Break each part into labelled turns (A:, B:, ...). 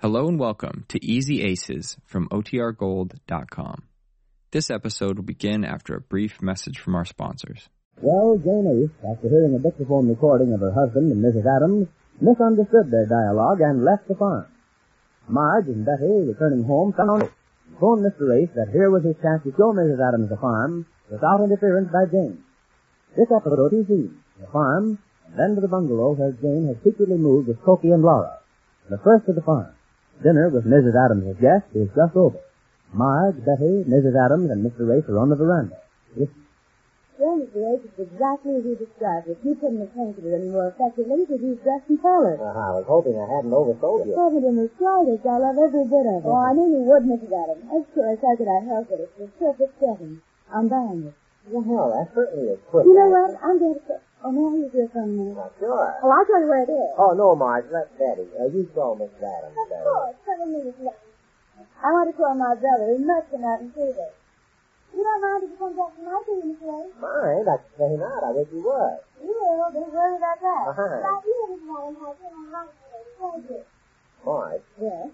A: Hello and welcome to Easy Aces from OTRGold.com. This episode will begin after a brief message from our sponsors.
B: Well, Jane East, after hearing a dictaphone recording of her husband and Mrs. Adams, misunderstood their dialogue and left the farm. Marge and Betty, returning home, found it. Phoned Mr. Race that here was his chance to show Mrs. Adams the farm without interference by Jane. This episode of OTC, the farm, and then to the bungalow where Jane has secretly moved with Cokie and Laura. The first to the farm. Dinner with Mrs. Adams as guest is just over. Marge, Betty, Mrs. Adams, and Mr. Race are on the veranda. It's
C: Jonas the Ace is exactly as you described it. You couldn't have painted it any more effectively because he's dressed in colors.
B: I was hoping I hadn't oversold
C: Covered in the slightest. I love every bit of it.
B: Uh-huh.
C: Oh, I knew you would, Mrs. Adams. Of course, how could I help it? It's the perfect setting. I'm buying it.
B: Well, that certainly is quick.
C: You know what? I'm going to... Oh, may I use your phone now?
B: Sure.
C: Well, I'll tell you where it is.
B: Oh, no, Marge, let Betty. Uh, you saw Miss Adams.
C: Of course, seven minutes left. I want to call my brother. He must come out and see this. You don't mind if he comes up tonight, do you, Miss Ace?
B: Fine, I say not. I wish you would.
C: You will. Don't worry about that.
B: Uh-huh.
C: But you didn't want to have him on thank you.
B: Marge,
C: Yes.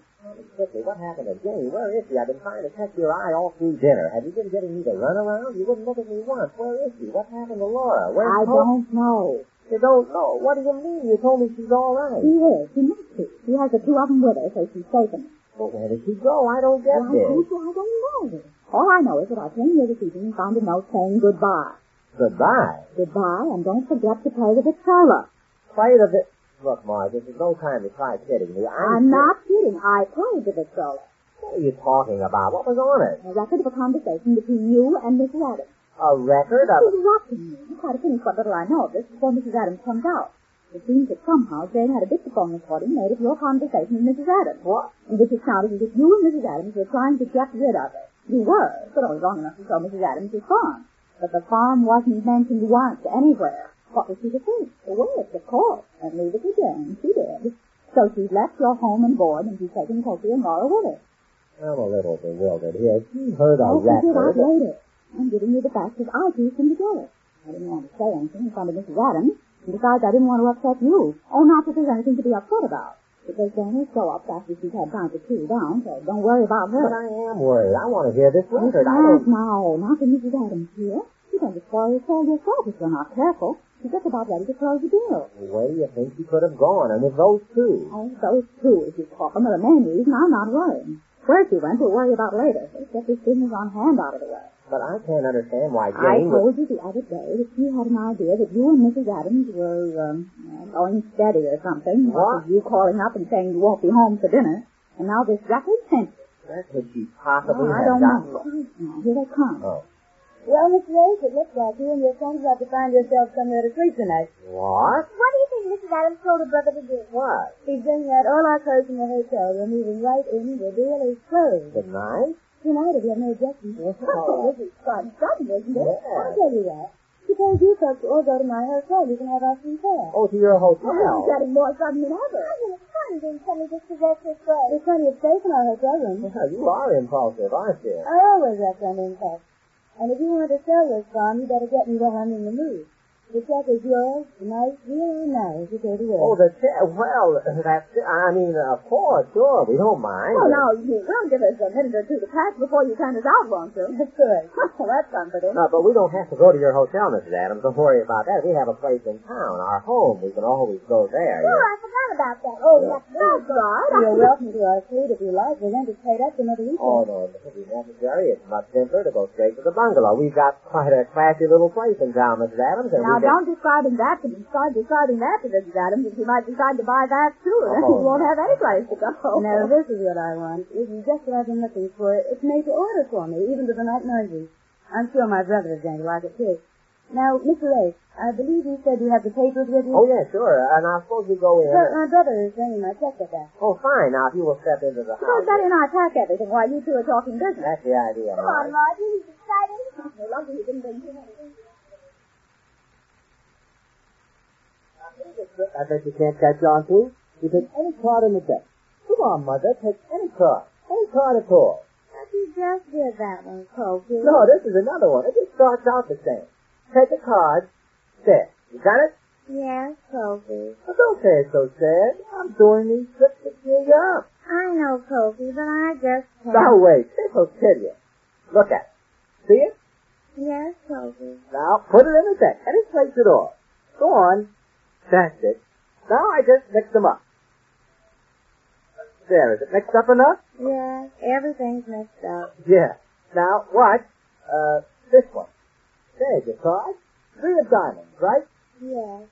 B: quickly, what happened to Jenny? Where is she? I've been trying to catch your eye all through dinner. Have you been getting me to run around? You wouldn't look at me once. Where is she? What happened to Laura? Where's
C: I
B: Paul?
C: don't know.
B: You don't know. What do you mean? You told me she's all
C: He
B: right.
C: is. He must be. He has the two of them with her, so she's taken.
B: But where did she go? I don't get
C: Well, I
B: this.
C: don't know. I don't know. All I know is that I came here this evening and found a note saying goodbye.
B: Goodbye.
C: Goodbye, and don't forget to play the guitar.
B: Play the bit. Look, Marge, this is no time to try kidding me. I'm,
C: I'm not kidding. I played the Victrola.
B: What are you talking about? What was on it?
C: A record of a conversation between you and Mrs. Adams.
B: A record
C: She's
B: of...
C: watching me. I try to finish what little I know of this before Mrs. Adams comes out. It seems that somehow Jane had a dictaphone recording made of your conversation with Mrs. Adams.
B: What?
C: In which it sounded as if you and Mrs. Adams were trying to get rid of her. You were, but only long enough to show Mrs. Adams the farm. But the farm wasn't mentioned once anywhere. What was she to think? The words, of course. And leave it to Jane. She did. So she's left your home and board, and she's taken Kofi and Laura with her.
B: I'm a little bewildered here. She heard a
C: I'll figure it out
B: record.
C: later. I'm giving you the facts as I pieced them together. I didn't want to say anything in front of Mrs. Adams, and besides, I didn't want to upset you. Oh, not that there's anything to be upset about. Because Jane will show up after she's had time to cool down, so don't worry about
B: But
C: her.
B: I am worried. I want to hear this record. I
C: Not
B: don't.
C: now, not when Mrs. Adams here. You're going to spoil yourself yourself if you're not careful. She's just about ready to close the deal.
B: Where do you think she could have gone? And with those two.
C: Oh, those two, if you call them, are the main reason I'm not worrying. Where she went, we'll worry about later. Let's get these things on hand out of the way.
B: But I can't understand why
C: I
B: Jane was.
C: told you the other day that you had an idea that you and Mrs. Adams were um, uh, going steady or something.
B: What?
C: With You calling up and saying you won't be home for dinner, and now this record sent.
B: Where could she possibly
C: Oh, I
B: have
C: don't
B: gotten
C: know. Now, Here they come.
B: Oh.
C: Well, Miss Race, it looks like you and your friends have to find yourselves somewhere to sleep tonight.
B: What?
C: What do you think Mrs. Adams told her brother to do?
B: What?
C: She's bringing out all our clothes from the hotel room, even right in the dealer's clothes.
B: Good night?
C: Tonight, if you have no objection. Oh, this is fun, fun, isn't it?
B: Yeah.
C: I'll tell you what. Suppose you folks all go to my hotel. You can have our free fare.
B: Oh, to your
C: Well, it's
B: hotel.
C: getting more fun than ever. I mean, it's fun being suddenly dispossessed this way. There's plenty of space in our hotel room.
B: Yeah, you are impulsive, aren't you?
C: I always have some impact. And if you want to sell this farm, you better get me while I'm in the mood. The check is yours tonight, here and now, if you go to
B: Oh,
C: work.
B: the chair. Well, that's. I mean, of course, sure. We don't mind.
C: Well, now, you will give us a minute or two to pack before you turn us out, won't you? Good. well, that's comforting.
B: No, Uh, but we don't have to go to your hotel, Mrs. Adams. Don't worry about that. We have a place in town, our home. We can always go there.
C: Oh,
B: you-
C: I forgot about that. Oh, that's right. You're welcome to our suite if you like. We're going to trade up another weekend.
B: Oh, no, it wouldn't be necessary. It's much simpler to go straight to the bungalow. We've got quite a classy little place in town, Mrs. Adams. And
C: now,
B: we can...
C: don't describe him that to me. Start describing that to Mrs. Adams, and she might decide to buy that too. Then
B: Oh.
C: you won't have any place to go. No, this is what I want. This is just what I've been looking for. It's made to order for me, even to the night noises. I'm sure my brother is going to like it too. Now, Mr. Ace, I believe you said you have the papers with you.
B: Oh, yeah, sure. And I suppose we go in.
C: Well, my brother is bringing my check with that.
B: Oh, fine. Now, if you will step into the house.
C: Suppose Betty and I pack everything while you two are talking business.
B: That's the idea, Marge.
C: Martin. He's excited. No wonder he didn't bring you anything.
B: I bet you can't catch on to. You take any card in the deck. Come on, Mother. Take any card. Any card at all.
C: you just did that one, Cokie.
B: No, this is another one. It just starts out the same. Take a card. There. You got it?
C: Yes, Cokie.
B: Well, don't say it so sad. I'm doing these trips to cheer you up.
C: I know, know, Pokey, but I just can't.
B: Now wait, this'll kill you. Look at it. See it?
C: Yes, Pokey.
B: Now put it in the deck, and it plates it off. Go on. That's it. Now I just mix them up. There, is it mixed up enough?
C: Yes, everything's mixed up.
B: Yeah. Now watch, uh, this one. There's your card. Three of diamonds, right?
C: Yes.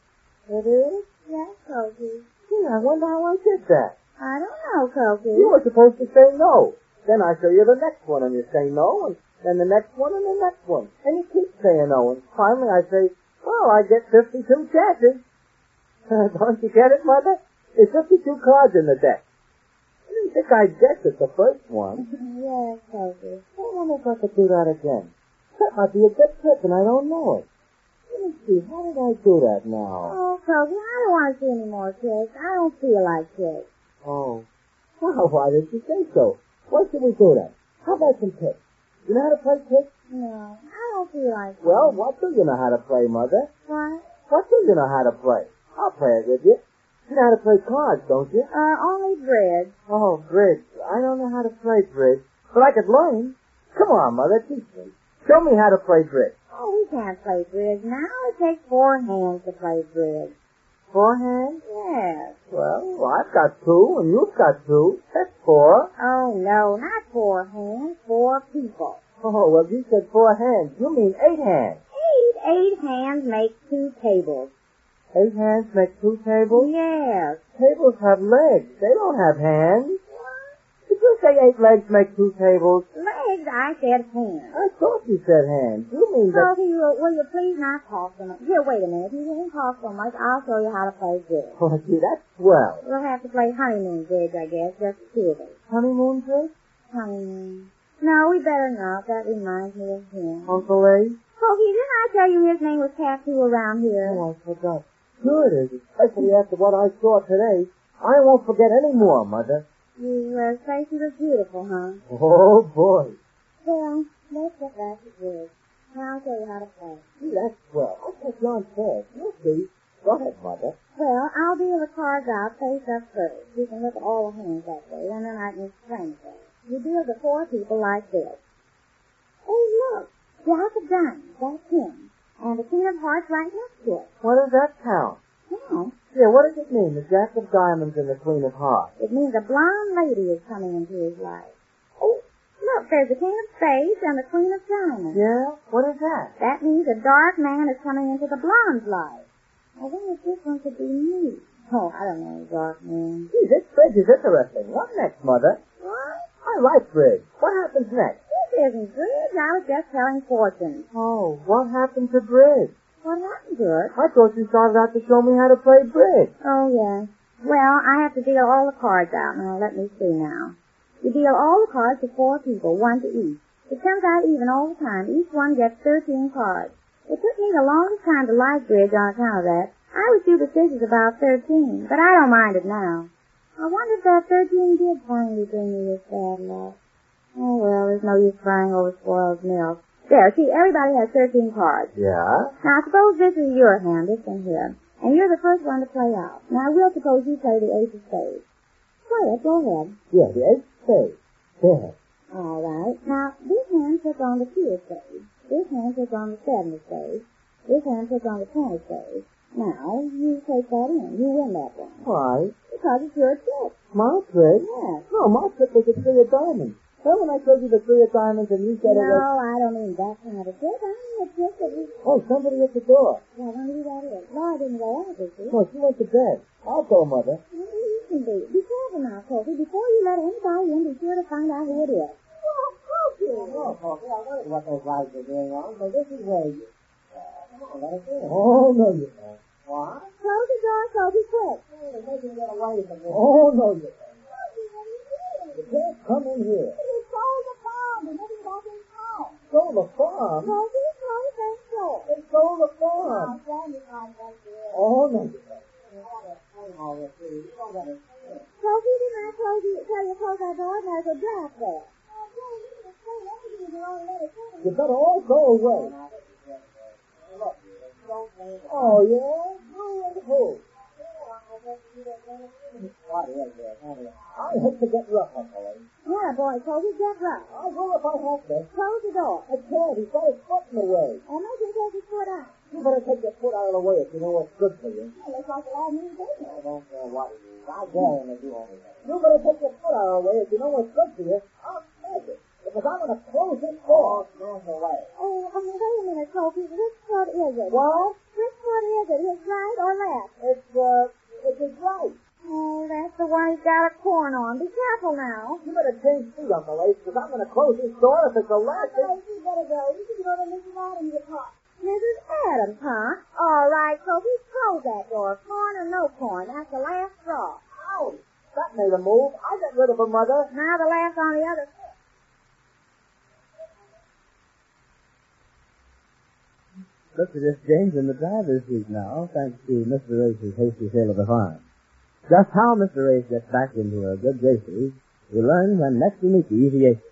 B: It is?
C: Yes, Pokey.
B: Gee, I wonder how I did that.
C: I don't know, Pokey.
B: You were supposed to say no. Then I show you the next one, and you say no, and then the next one, and the next one. And you keep saying no, and finally I say, well, I get 52 chances. Don't you get it, Mother? There's 52 cards in the deck. I didn't think I guessed at the first one.
C: Yes, Pokey.
B: I wonder if I could do that again. That might be a good trick, and I don't know it. Let me see, how did I do that now?
C: Oh, Pokey, I don't want to see any more tricks. I don't feel like tricks.
B: Oh. Well, why did you say so? Why should we do that? How about some tricks? You know how to play tricks?
C: No, I don't feel like it.
B: Well, what do you know how to play, Mother?
C: What?
B: What do you know how to play? I'll play it with you. You know how to play cards, don't you?
C: Uh, only bread.
B: Oh, bridge. I don't know how to play bridge, but I could learn. Come on, Mother, teach me. Show me how to play bridge.
C: Oh, we can't play bridge now. It takes four hands to play bridge.
B: Forehand?
C: Yes.
B: Well, I've got two, and you've got two. That's four.
C: Oh, no, not four hands, four people.
B: Oh, well, you said four hands. You mean eight hands.
C: Eight, eight hands make two tables.
B: Eight hands make two tables?
C: Yes.
B: Tables have legs. They don't have hands. Did you say eight legs make two tables?
C: Legs, I said hands.
B: I thought you said hands. You mean that...
C: Pokey, will, will you please not talk so much? Here, wait a minute. If you won't talk so much, I'll show you how to play bridge.
B: Oh, gee, that's swell.
C: We'll have to play honeymoon bridge, I guess, just the two of us.
B: Honeymoon trip?
C: Honeymoon. No, we better not. That reminds me of him.
B: Uncle A?
C: Pokey, didn't I tell you his name was Tattoo around here?
B: Oh, I forgot. Sure it is, especially after what I saw today. I won't forget any more, Mother.
C: You uh, say she was beautiful, huh?
B: Oh, boy.
C: Well, let's get back to bridge. Now I'll show you how to play.
B: Gee, that's swell. I kept on first. You'll see. Go ahead, Mother.
C: Well, I'll deal the cards out face up first. You can look at all the hands that way, and then I can explain things. You deal the four people like this. Oh, look, Jack of Diamonds, that's him. And the King of Hearts right next to it.
B: What does that count?
C: Now,
B: Yeah, what does it mean, the Jack of Diamonds and the Queen of Hearts?
C: it means a blonde lady is coming into his life.
B: Oh,
C: Look, there's the King of Spades and the Queen of Diamonds.
B: yeah? What is that?
C: That means a dark man is coming into the blonde's life. I wonder if this one could be me. Oh, I don't know, dark man.
B: Gee, this bridge is interesting. What next, Mother?
C: What?
B: I like bridge. What happens next?
C: This isn't bridge. I was just telling fortunes.
B: Oh, what happened to bridge?
C: What happened to it?
B: I thought you started out to show me how to play bridge.
C: Oh, yes. Well, I have to deal all the cards out. Now, let me see now. You deal all the cards to four people, one to each. It comes out even all the time. Each one gets 13 cards. It took me the longest time to like bridge on account of that. I was due to figures about 13, but I don't mind it now. I wonder if that 13 did finally bring me this bad luck. Oh, well, there's no use crying over spoiled milk. There, see, everybody has 13 cards.
B: Yeah?
C: Now suppose this is your hand, this one here, and you're the first one to play out. Now we'll suppose you play the ace of spades. Play it, go ahead.
B: Yeah, the eighth spade. There.
C: All right. Now this hand took on the two of spades. This hand took on the seven of spades. This hand took on the ten of spades. Now you take that in. You win that one
B: Why?
C: because it's your trick.
B: My trick?
C: Yes.
B: No, my trick was the three of diamonds. Remember when I told you the three of diamonds and you said it was...
C: No, I don't mean that kind of trick. I mean a trick that was.
B: Oh, somebody at the door.
C: I don't know who that is. Laura didn't go out, did she?
B: No, she went to bed. I'll go, Mother.
C: Maybe you can be. Be careful now, Kobe. Before you let anybody in, be sure to find out who it is.
B: Oh, Poppy, I wondered what those lights are doing on, but this is wages. Oh, no, you can't. What?
C: Close the door, Kobe, quick.
B: They can get away from this. Oh, no, you can't. You can't come in here. Stole the farm? They stole the farm. Oh, no, you can't.
C: Kobe, did I close you, tell you to close our door? There's a draft there.
B: You better all go away. Oh, yeah? Who and who? What is this? What is I hate to get rough, Uncle Lee.
C: Yeah, boy, Toby, get rough.
B: I will if I have to.
C: Close the door.
B: I can't. He's got his foot in the way.
C: And make him take his foot out.
B: You better take your foot out of the way if you know what's good for you.
C: It looks like a lot of new business.
B: I don't care what it is. I dare him to do anything. You better take your foot out of the way if you know what's good for you. I'll smash it. Because I'm going to close this door. I'll smash away.
C: Oh, I mean, wait a minute, Toby. Which foot is it?
B: Well,
C: Which foot is it? His right or left?
B: it's, uh, it's his right.
C: Oh, that's the one he's got a corn on. Be careful now.
B: You better change feet, Uncle Ace, because I'm going to close this door if it's the last thing.
C: you better go. You should go to Mrs. Adams' apartment. Mrs. Adams, huh? All right, Toby, close that door. Corn or no corn, that's the last straw.
B: Ouch! That made a move. I got rid of her mother.
C: Now the last on the other foot.
B: Look at this James in the driver's seat now, thanks to Mr. Race's hasty sale of the farm. Just how Mr. Race gets back into a good graces, we learn when next we meet the Easy Aces.